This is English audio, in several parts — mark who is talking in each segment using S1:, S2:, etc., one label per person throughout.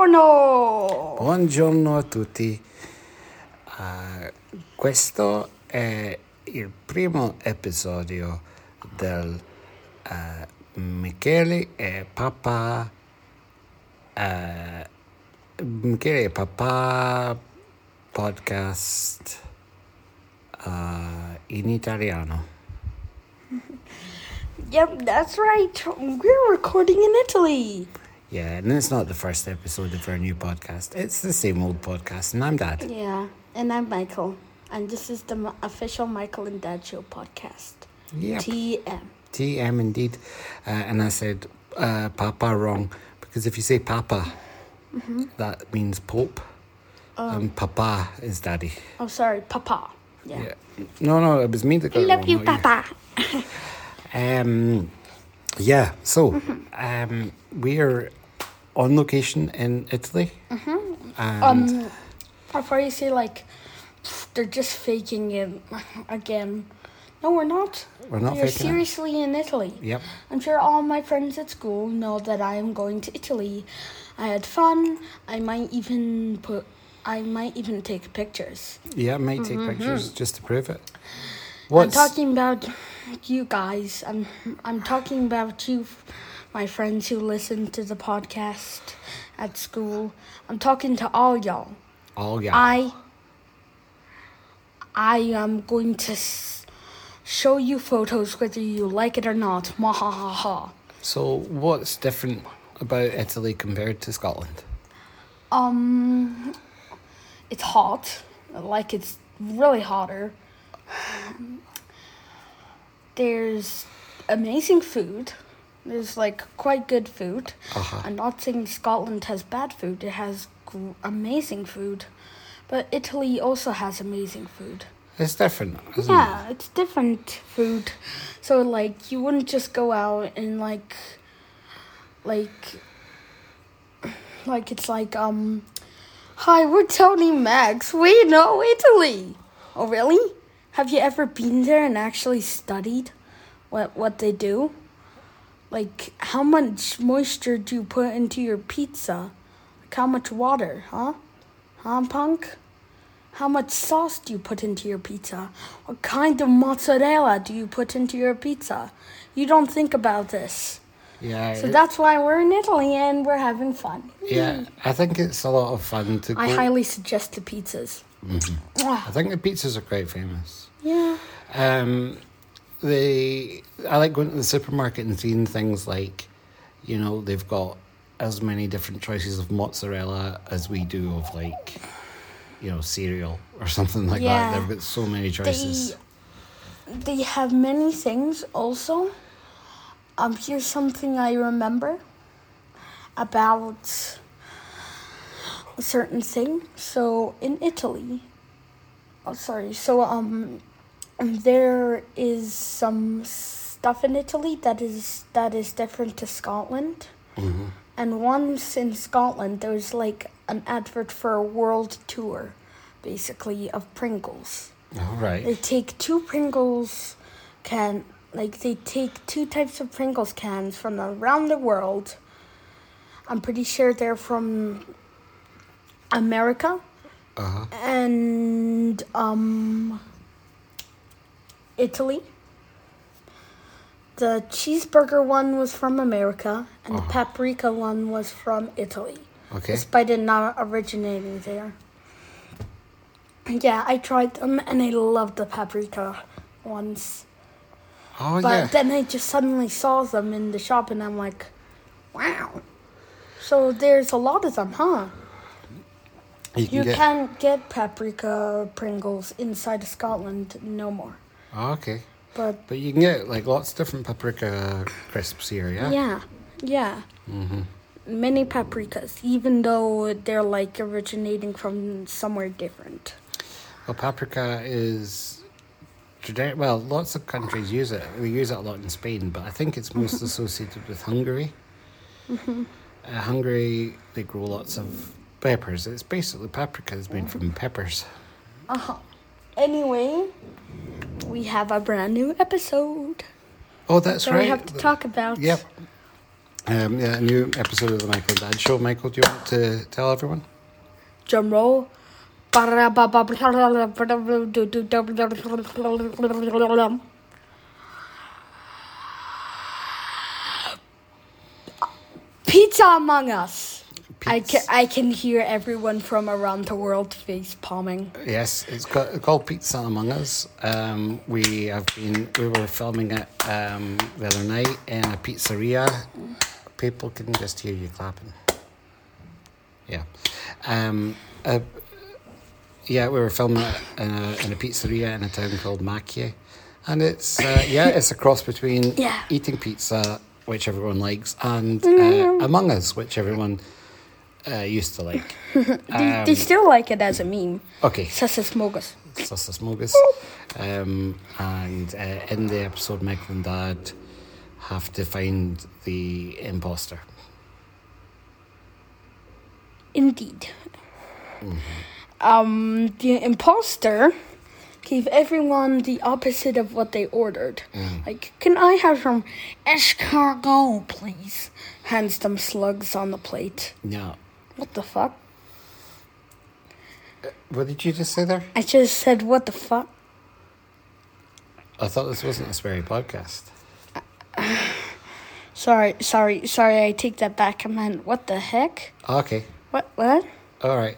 S1: Buongiorno!
S2: Buongiorno a tutti. Ah, questo è il primo episodio del eh, Michele e papà. eh, Michele e papà podcast ah, in italiano.
S1: Yep, that's right. We're recording in Italy.
S2: Yeah, and it's not the first episode of our new podcast. It's the same old podcast, and I'm Dad.
S1: Yeah, and I'm Michael, and this is the m- official Michael and Dad Show podcast.
S2: Yep.
S1: TM.
S2: TM indeed. Uh, and I said uh, Papa wrong because if you say Papa,
S1: Mm-hmm.
S2: that means Pope. and Papa is Daddy.
S1: Oh, sorry, Papa. Yeah.
S2: Yeah. No, no, it was me that got it
S1: Love
S2: wrong,
S1: you,
S2: not
S1: Papa.
S2: Um, yeah, so
S1: Mm-hmm.
S2: um, we're on location in Italy.
S1: Mm-hmm.
S2: And
S1: Um, Before you say, like, "Pff, they're just faking it again. No, we're not.
S2: We're not
S1: You're
S2: faking it.
S1: seriously in Italy.
S2: Yep.
S1: I'm sure all my friends at school know that I am going to Italy. I had fun. I might even put I might even take pictures.
S2: yeah, might take pictures just to prove it.
S1: Mm-hmm. I'm
S2: What's
S1: talking about you guys. I'm I'm talking about you my friends who listen to the podcast at school. I'm talking to all y'all.
S2: oh yeah,
S1: I I am going to s- show you photos whether you like it or not. Ma ha ha ha.
S2: so what's different about Italy compared to Scotland?
S1: Um, it's hot. Like it's really hotter. There's amazing food. There's like quite good food.
S2: Uh-huh.
S1: I'm not saying Scotland has bad food. It has gr- amazing food, but Italy also has amazing food.
S2: It's different, isn't it?
S1: Yeah, it's different food. So like you wouldn't just go out and like like like it's like um Hi, we're Tony Max. We know Italy. Oh really? Have you ever been there and actually studied what what they do? Like how much moisture do you put into your pizza? Like how much water, huh? Huh, punk? How much sauce do you put into your pizza? What kind of mozzarella do you put into your pizza? You don't think about this.
S2: Yeah.
S1: So
S2: it-
S1: that's why we're in Italy and we're having fun.
S2: Yeah, I think it's a lot of fun to go.
S1: I
S2: I,
S1: highly suggest the pizzas. Mwah.
S2: think the pizzas are quite famous.
S1: Yeah.
S2: Um, they, I like going to the supermarket and seeing things like, you know, they've got as many different choices of mozzarella as we do of like, you know, cereal or something like
S1: Yeah.
S2: that. They've got so many choices.
S1: They, they have many things also. Um, here's something I remember about a certain thing. So in Italy, oh sorry. So um, there is some stuff in Italy that is that is different to Scotland. And once in Scotland, there was like an advert for a world tour, basically of Pringles
S2: All right.
S1: they take two Pringles can like they take two types of Pringles cans from around the world. I'm pretty sure they're from America.
S2: Uh-huh.
S1: And um Italy. The cheeseburger one was from America and the
S2: Uh-huh.
S1: paprika one was from Italy.
S2: Okay.
S1: Despite it not originating there. Yeah, I tried them and I loved the paprika ones.
S2: Oh
S1: But
S2: yeah.
S1: then I just suddenly saw them in the shop and I'm like, wow. So there's a lot of them, huh?
S2: you can
S1: You
S2: get.
S1: can't get paprika Pringles inside of Scotland no more.
S2: Oh, okay.
S1: But
S2: But you can get like lots of different paprika crisps here. Yeah. Mm-hmm.
S1: yeah, yeah. Many paprikas, even though they're like originating from somewhere different.
S2: Well, paprika is tradi- well, lots of countries use it. We use it a lot in Spain, but I think it's most associated with Hungary. Uh, Hungary, they grow lots of peppers. It's basically paprika is made from peppers.
S1: Anyway, we have a brand new episode
S2: Oh, that's
S1: that
S2: right.
S1: we have to talk about.
S2: Yep. Um, yeah, a new episode of the Michael Dad Show. Michael, do you want to tell everyone?
S1: Drum roll. I Pizza Among Us. I can, I can hear everyone from around the world face palming.
S2: Yes, it's ca- called Pizza Among Us. Um, we have been we were filming it um, the other night in a pizzeria. People can just hear you clapping. Yeah, um, uh, yeah, we were filming it in a, in a pizzeria in a town called Macchie, and it's uh, yeah, it's a cross between
S1: Yeah.
S2: eating pizza, which everyone likes, and uh, Among Us, which everyone uh, used to like. Um,
S1: they, they still like it as a meme.
S2: Okay,
S1: Sessus Mogus.
S2: Sasa Smogus. Um, and uh, in the episode, Michael and Dad have to find the imposter.
S1: Indeed. Um, the imposter gave everyone the opposite of what they ordered. Like, can I have some escargot, please? Hands them slugs on the plate.
S2: Yeah.
S1: What the fuck?
S2: What did you just say there?
S1: I just said, what the fuck?
S2: I thought this wasn't a sweary podcast.
S1: Sorry, sorry, sorry, I take that back. I meant, what the heck?
S2: Ah, Okay.
S1: What, what?
S2: All right.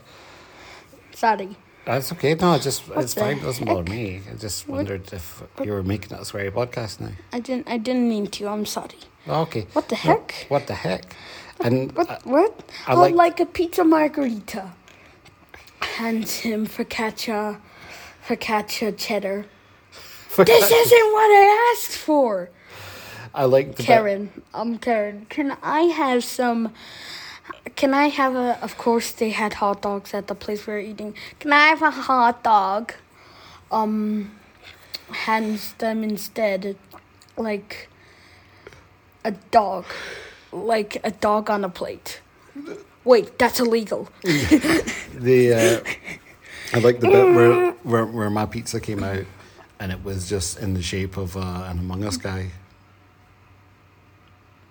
S1: Sorry.
S2: That's okay. No, it just
S1: What
S2: it's
S1: the
S2: fine. It doesn't bother
S1: heck?
S2: me. I just wondered if you were making it a sweary podcast now. Ah,
S1: I didn't, I didn't mean to, I'm sorry.
S2: Okay.
S1: What the
S2: No,
S1: heck?
S2: what the heck? And
S1: What?
S2: uh,
S1: what?
S2: I
S1: I would
S2: like-
S1: like a pizza margarita. Hands him focaccia, focaccia cheddar. This isn't what I asked for.
S2: I like the bit-
S1: Karen, I'm Karen. Can I have some? Can I have a? Of course, they had hot dogs at the place we were eating. Can I have a hot dog? Um, hands them instead, like a dog, like a dog on a plate. Wait, that's illegal.
S2: the uh, I like the bit where, where where my pizza came out, and it was just in the shape of uh, an Among Us guy.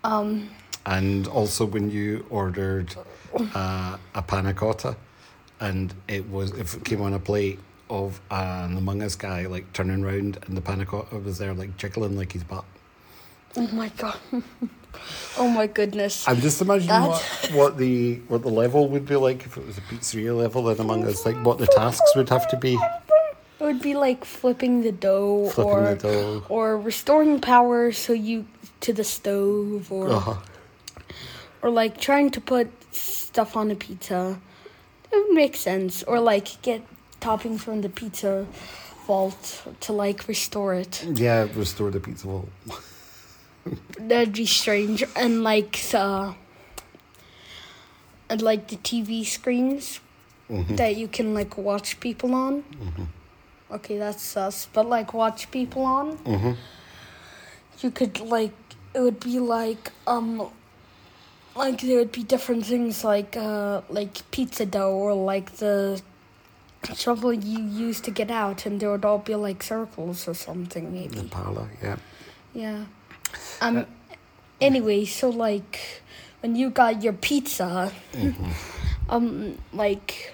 S2: Um. And also when you ordered uh, a panna cotta, and it was if it came on a plate of an Among Us guy like turning round, and the panna cotta was there like jiggling like his butt.
S1: Oh my god. oh my goodness.
S2: I'm just imagining
S1: That-
S2: what, what the what the level would be like if it was a pizzeria level and Among Us, like what the tasks would have to be.
S1: It would be like flipping the dough
S2: Flipping
S1: or
S2: the dough.
S1: or restoring power so you to the stove or
S2: Uh-huh.
S1: or like trying to put stuff on a pizza. It would make sense. Or like get toppings from the pizza vault to like restore it.
S2: Yeah, restore the pizza vault.
S1: That'd be strange. And like uh and like the TV screens that you can like watch people on. Okay, that's sus. But like watch people on. You could like it would be like um like there would be different things like uh like pizza dough or like the shovel you use to get out and there would all be like circles or something maybe.
S2: The parlor, yeah.
S1: Yeah. Um. anyway, so like when you got your pizza,
S2: Mm-hmm.
S1: um, like,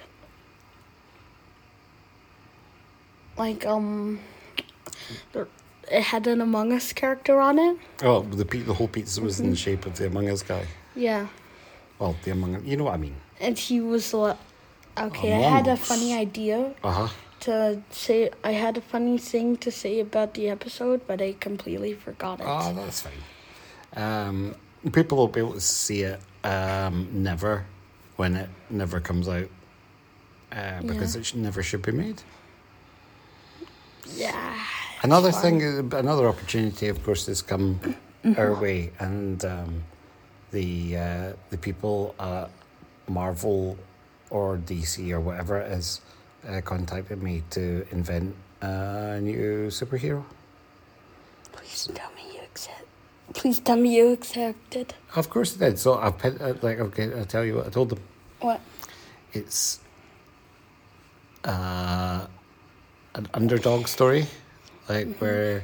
S1: like um, there- it had an Among Us character on it.
S2: Oh, the pe- the whole pizza was in the shape of the Among Us guy.
S1: Yeah,
S2: Well, the Among Us, you know what I mean.
S1: and he was like, okay, I had a
S2: Among Us.
S1: funny idea.
S2: Uh huh.
S1: To say, I had a funny thing to say about the episode, but I completely forgot it.
S2: Oh, that's fine. Um, people will be able to see it um, never when it never comes out uh, because
S1: Yeah.
S2: it should, never should be made.
S1: yeah.
S2: Another thing, another opportunity, of course, has come our way, and um, the uh, the people at Marvel or DC or whatever it is uh, contacted me to invent a new superhero.
S1: Please tell me you accept. Please tell me you accepted.
S2: Of course, it did. So I've put, uh, like okay, I'll tell you what I told them.
S1: What?
S2: It's uh, an underdog story, like where.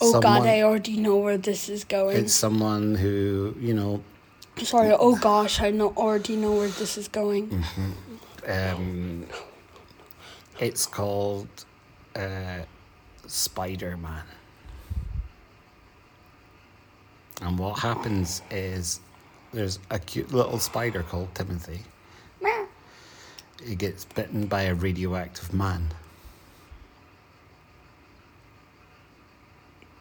S1: Oh God,
S2: someone-
S1: I already know where this is going.
S2: It's someone who, you know,
S1: Sorry. Oh gosh, I know already know where this is going.
S2: Mm. Um, it's called uh, Spider Man. And what happens is there's a cute little spider called Timothy. He gets bitten by a radioactive man.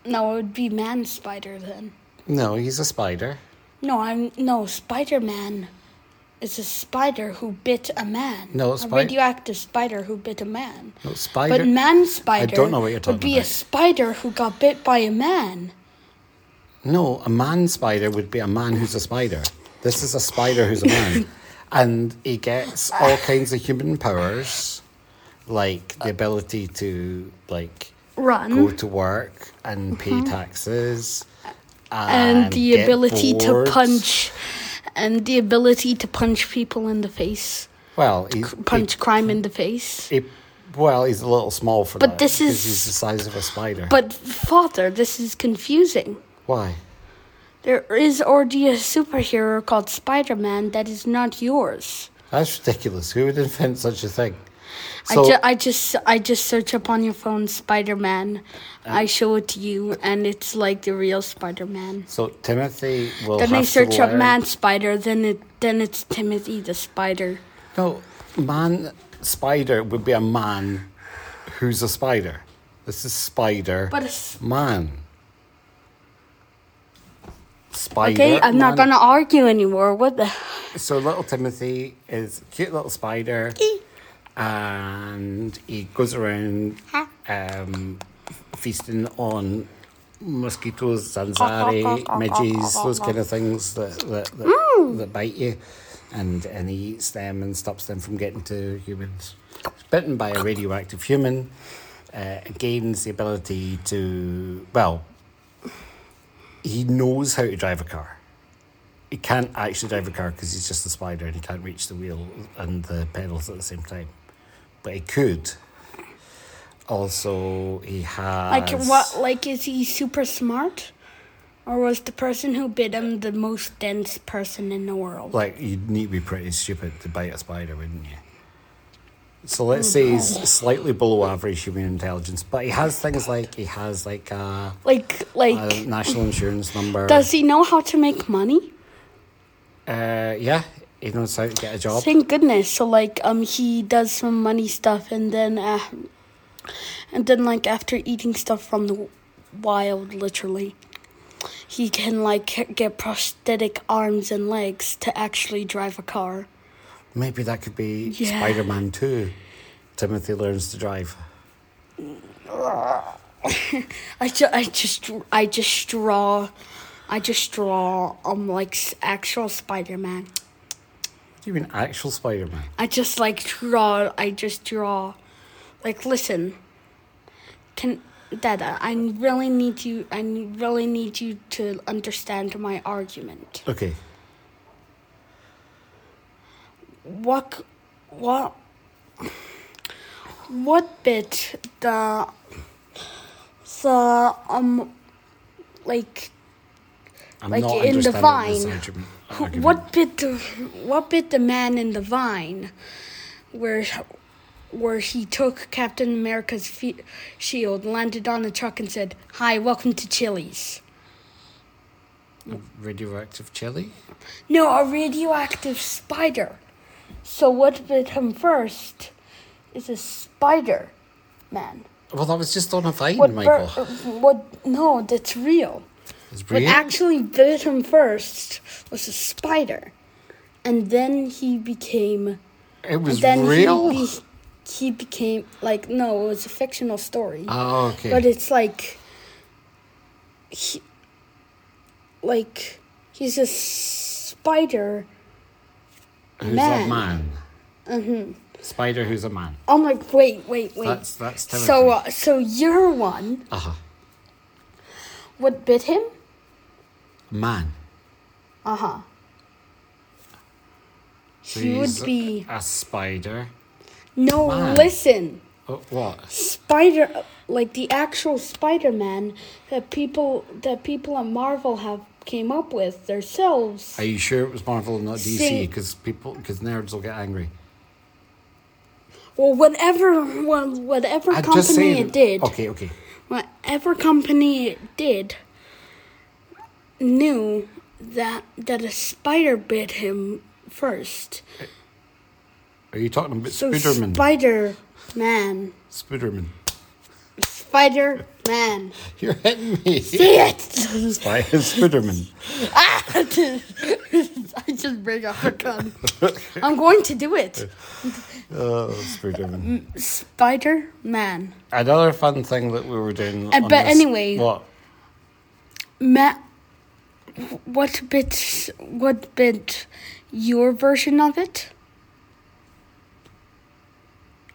S1: No, it would be Man Spider then.
S2: No, he's a spider.
S1: No, I'm no Spider Man. It's a spider who bit a man.
S2: No,
S1: a
S2: spi-
S1: radioactive spider who bit a man.
S2: No, spider.
S1: But man spider
S2: don't know what you're talking
S1: would be a
S2: about.
S1: spider who got bit by a man.
S2: No, a man spider would be a man who's a spider. This is a spider who's a man. and he gets all kinds of human powers, like the ability to like go
S1: Run
S2: to work and pay taxes.
S1: Mm-hmm. and, the
S2: get
S1: ability
S2: bored.
S1: to punch and the ability to punch people in the face.
S2: Well, he,
S1: Punch crime in the face.
S2: he, he- well, he's a little small for
S1: But
S2: that.
S1: this
S2: 'cause
S1: is-
S2: he's the size of a spider.
S1: But father, this is confusing.
S2: why?
S1: There is already a superhero called Spider Man that is not yours.
S2: That's ridiculous. Who would invent such a thing?
S1: I, ju- I just I just search up on your phone Spider Man.
S2: Uh.
S1: I show it to you, and it's like the real Spider Man.
S2: So Timothy will.
S1: Then
S2: have
S1: I search
S2: to
S1: up
S2: learn-
S1: Man Spider. Then it then it's Timothy the Spider.
S2: No, man spider would be a man who's a spider. This is spider
S1: But it's-
S2: man. Spider.
S1: Okay, I'm not
S2: man.
S1: gonna argue anymore. What the?
S2: So little Timothy is a cute little spider, and he goes around um, feasting on mosquitoes, zanzari, midges, those kind of things that that, that, that bite you, and and he eats them and stops them from getting to humans. He's bitten by a radioactive human, uh, gains the ability to well. He knows how to drive a car he can't actually drive a car because he's just a spider and he can't reach the wheel and the pedals at the same time. But he could. Also, he has.
S1: Like what? Like is he super smart, or was the person who bit him the most dense person in the world?
S2: Like you'd need to be pretty stupid to bite a spider, wouldn't you? So let's say he's
S1: Oh,
S2: slightly below average human intelligence, but he has things like he has like a,
S1: Like like
S2: a national insurance number.
S1: does he know how to make money?
S2: uh, yeah, he knows how to get a job.
S1: Thank goodness. So like um he does some money stuff and then uh, and then like after eating stuff from the wild literally he can like get prosthetic arms and legs to actually drive a car.
S2: Maybe that could be
S1: Yeah.
S2: Spider Man Two. Timothy learns to drive.
S1: I ju- I just I just draw I just draw um like s- actual Spider-Man.
S2: Do you mean actual Spider Man?
S1: I just like draw. I just draw. Like, listen. Can Dada? I really need you. I really need you to understand my argument.
S2: Okay.
S1: What? c- What? What bit the the um like
S2: I'm
S1: Like
S2: not
S1: in the
S2: understanding this
S1: vine.
S2: argument-
S1: Who-
S2: argument.
S1: What bit the what bit the man in the vine, where where he took Captain America's fe- shield, landed on a truck, and said, "Hi, welcome to Chili's."
S2: Radioactive chili?
S1: No, a radioactive spider. So what bit him first is a spider man.
S2: Well, that was just on a vine,
S1: What?
S2: Michael.
S1: bur- what? No, that's real.
S2: it's
S1: What
S2: real.
S1: actually bit him first was a spider, and then he became.
S2: it was
S1: then
S2: real.
S1: He, be- he became like no, it was a fictional story,
S2: oh, okay.
S1: but it's like he, like he's a spider.
S2: who's a
S1: man.
S2: man? Mm-hmm. Spider who's a man.
S1: I'm like, wait, wait, wait.
S2: That's- that's
S1: so. Uh, so your one,
S2: Uh huh.
S1: what bit him?
S2: Man.
S1: Uh huh.
S2: So
S1: He would
S2: he's a-
S1: be
S2: a spider.
S1: no.
S2: man.
S1: Listen,
S2: Oh, what?
S1: spider like the actual Spider-Man that people that people at Marvel have came up with themselves.
S2: Are you sure it was Marvel and not DC?
S1: See-
S2: Because people, because nerds will get angry.
S1: Well, whatever, well, whatever
S2: I'm
S1: company
S2: just saying. Oh.
S1: it did,
S2: Okay, okay.
S1: whatever company it did, knew that that a spider bit him first.
S2: Are you talking about
S1: So
S2: Spooderman?
S1: Spider Man,
S2: Spooderman.
S1: Spider Man.
S2: You're hitting me.
S1: See it!
S2: By Spooderman.
S1: Ah! I just bring out a gun. I'm going to do it.
S2: Oh, Spooderman.
S1: Spider Man.
S2: Another fun thing that we were doing.
S1: Uh,
S2: on
S1: but
S2: this-
S1: anyway-
S2: What?
S1: Matt, what bit? What bit? Your version of it?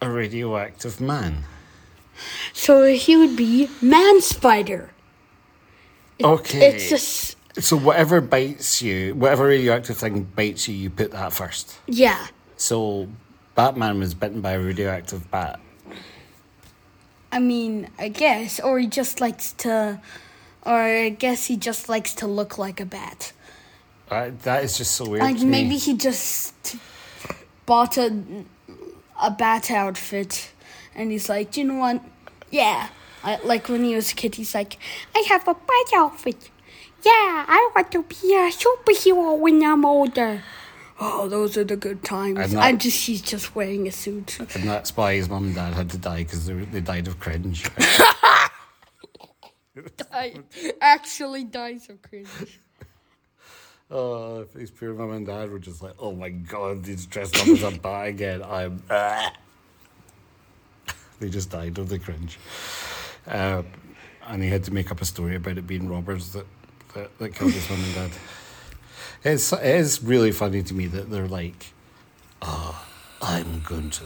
S2: A radioactive man.
S1: So he would be Man Spider.
S2: Okay.
S1: It's just
S2: So whatever bites you, whatever radioactive thing bites you, you put that first.
S1: yeah.
S2: So Batman was bitten by a radioactive bat.
S1: I mean, I guess, or he just likes to, or I guess he just likes to look like a bat.
S2: Uh, that is just so weird.
S1: Like
S2: to me.
S1: maybe he just bought a a bat outfit, and he's like, "Do you know what? Yeah. I, like when he was a kid, he's like, I have a bat outfit. Yeah, I want to be a superhero when I'm older. Oh, those are the good times.
S2: I'm
S1: I'm,
S2: not-
S1: just he's just wearing a suit.
S2: And that's why his mum and dad had to die because they, were- they died of cringe.
S1: I actually die so cringe.
S2: oh, his poor mum and dad were just like, oh my god, he's dressed up as a bat again. I'm. ah." They just died of the cringe. Um, and he had to make up a story about it being robbers that, that, that killed his mum and dad. It's, it is really funny to me that they're like, I'm going to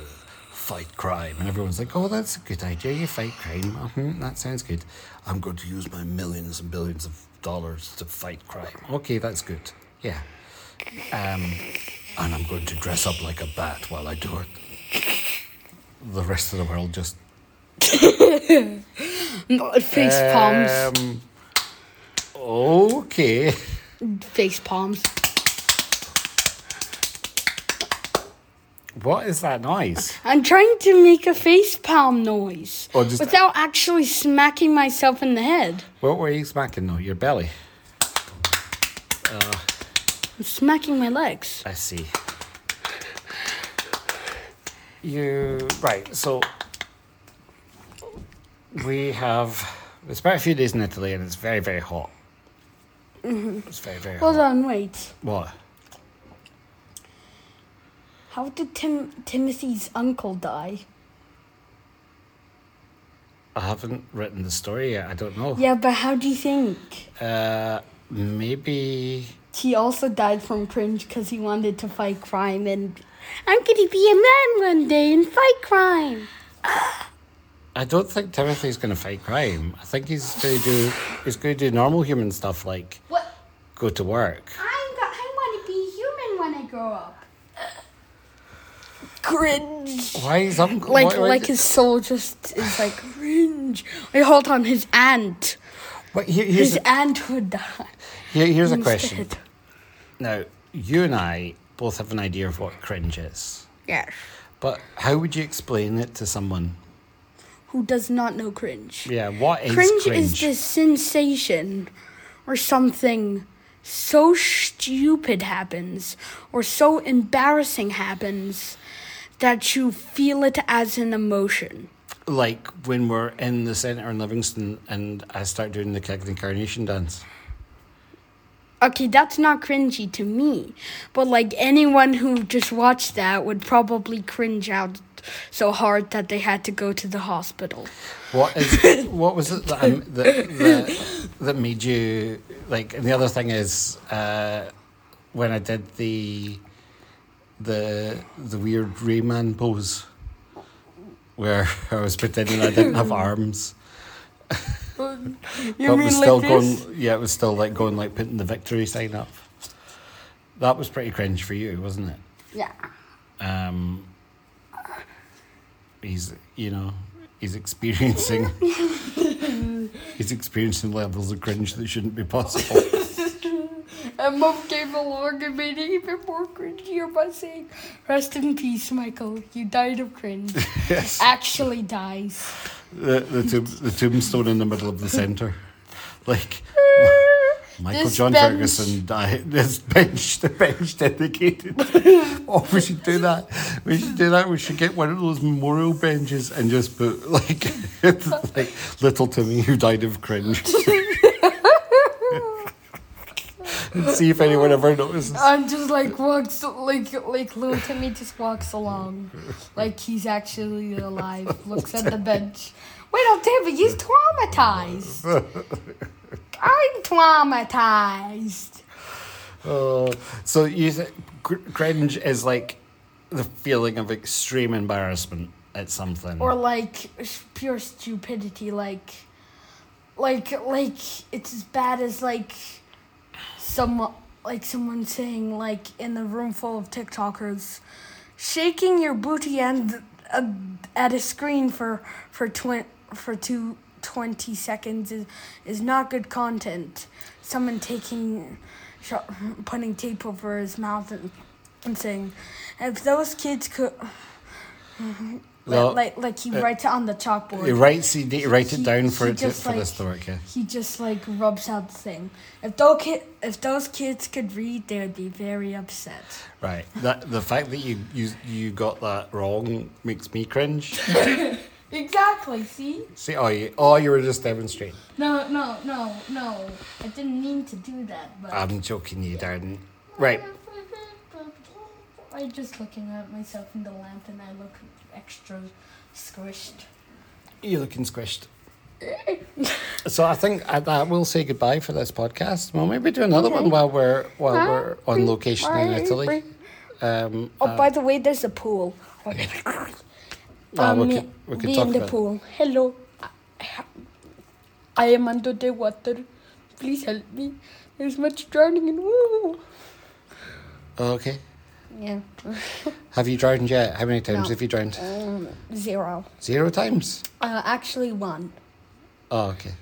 S2: fight crime. And everyone's like, oh, that's a good idea. You fight crime. Mhm, that sounds good. I'm going to use my millions and billions of dollars to fight crime. Okay, that's good. Yeah. Um, and I'm going to dress up like a bat while I do it. The rest of the world just.
S1: No, Face palms.
S2: Um, okay.
S1: Face palms.
S2: What is that noise?
S1: I'm trying to make a face palm noise
S2: Or just-
S1: without actually smacking myself in the head.
S2: What were you smacking though? Your belly.
S1: I'm smacking my legs.
S2: I see. You right, so we have it's about a few days in Italy and it's very, very hot.
S1: Mm-hmm.
S2: It's very, very
S1: Hold
S2: hot.
S1: on, wait.
S2: What?
S1: How did Tim Timothy's uncle die?
S2: I haven't written the story yet, I don't know.
S1: Yeah, but how do you think?
S2: Uh maybe
S1: He also died from cringe because he wanted to fight crime and I'm gonna be a man one day and fight crime.
S2: I don't think Timothy's gonna fight crime. I think he's gonna do he's gonna do normal human stuff like
S1: What?
S2: go to work.
S1: I'm go- I want to be human when I grow up. Cringe.
S2: Why is uncle
S1: Like
S2: why- why-
S1: like his soul just is like cringe. Wait, hold on, his aunt.
S2: Wait, here- here's
S1: His
S2: a,
S1: aunt would die.
S2: here- here's a
S1: He's
S2: question.
S1: dead.
S2: Now, you and I both have an idea of what cringe is,
S1: Yes.
S2: but how would you explain it to someone?
S1: Who does not know cringe?
S2: Yeah, what is
S1: Cringe
S2: cringe?
S1: is the sensation or something so stupid happens or so embarrassing happens that you feel it as an emotion.
S2: Like when we're in the centre in Livingston and I start doing the Kegling Carnation dance.
S1: Okay, that's not cringy to me, but like anyone who just watched that would probably cringe out so hard that they had to go to the hospital.
S2: What is? what was it that, um, that, that that made you like? And the other thing is, uh, when I did the the the weird Rayman pose, where I was pretending I didn't have arms.
S1: You
S2: But it was still going, yeah, it was still like going like putting the victory sign up. That was pretty cringe for you, wasn't it?
S1: Yeah.
S2: Um, he's, you know, he's experiencing, he's experiencing levels of cringe that shouldn't be possible.
S1: And Mum came along and made it even more cringier by saying, Rest in peace, Michael. You died of cringe.
S2: Yes.
S1: Actually dies.
S2: The, the, tomb, the tombstone in the middle of the centre. Like, Michael
S1: This
S2: John
S1: bench.
S2: Ferguson died. This bench, the bench dedicated. oh, we should do that. We should do that. We should get one of those memorial benches and just put like, like little Timmy who died of cringe. and see if anyone ever notices.
S1: I'm just like walks like like little Timmy just walks along, like he's actually alive. Looks at the bench. Wait, oh Timmy, he's traumatized. I'm traumatized.
S2: Oh, so you th- gr- cringe is like the feeling of extreme embarrassment at something.
S1: Or like s- pure stupidity, like, like like it's as bad as like some like someone saying like in a room full of TikTokers, shaking your booty and uh, at a screen for for twen for two. 20 seconds is, is not good content. Someone taking, sho- putting tape over his mouth and, and saying, if those kids could,
S2: No,
S1: like, like, like he writes it on the chalkboard.
S2: you write CD, you write Uh, it
S1: He-
S2: down for
S1: he
S2: it to,
S1: just,
S2: for this
S1: like-
S2: to work. Yeah.
S1: He just like rubs out the thing. If those ki- if those kids could read, they would be very upset.
S2: Right. That the fact that you you you got that wrong makes me cringe.
S1: Exactly. See?
S2: See, oh, you, oh, you were just demonstrating.
S1: No, no, no, no. I didn't mean to do that, but
S2: I'm joking, you darn. Ah, Right.
S1: I'm just looking at myself in the lamp, and I look extra squished.
S2: You're looking squished. So I think at that we'll say goodbye for this podcast. We'll maybe do another one while we're while we're on location in Italy. Um,
S1: Oh, by the way, there's a pool.
S2: Ah, we
S1: Um,
S2: can- we can
S1: be
S2: talk
S1: in the
S2: about it.
S1: pool. Hello. I- I am under the water. Please help me. There's much drowning in. Ooh.
S2: okay.
S1: Yeah.
S2: Have you drowned yet? How many times
S1: No.
S2: have you drowned?
S1: Um, zero.
S2: Zero times.
S1: Uh, actually, one.
S2: Oh, okay.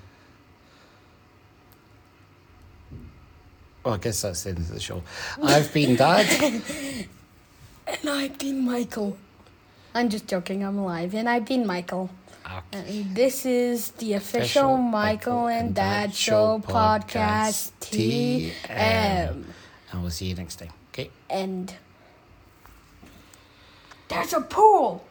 S2: Well, Oh, I guess that's the end of the show. I've been Dad.
S1: And I've been Michael. I'm just joking. I'm alive. And I've been Michael.
S2: Okay.
S1: And this is the official Michael and Dad Show podcast. TM.
S2: And we'll see you next time. Okay.
S1: And there's a pool.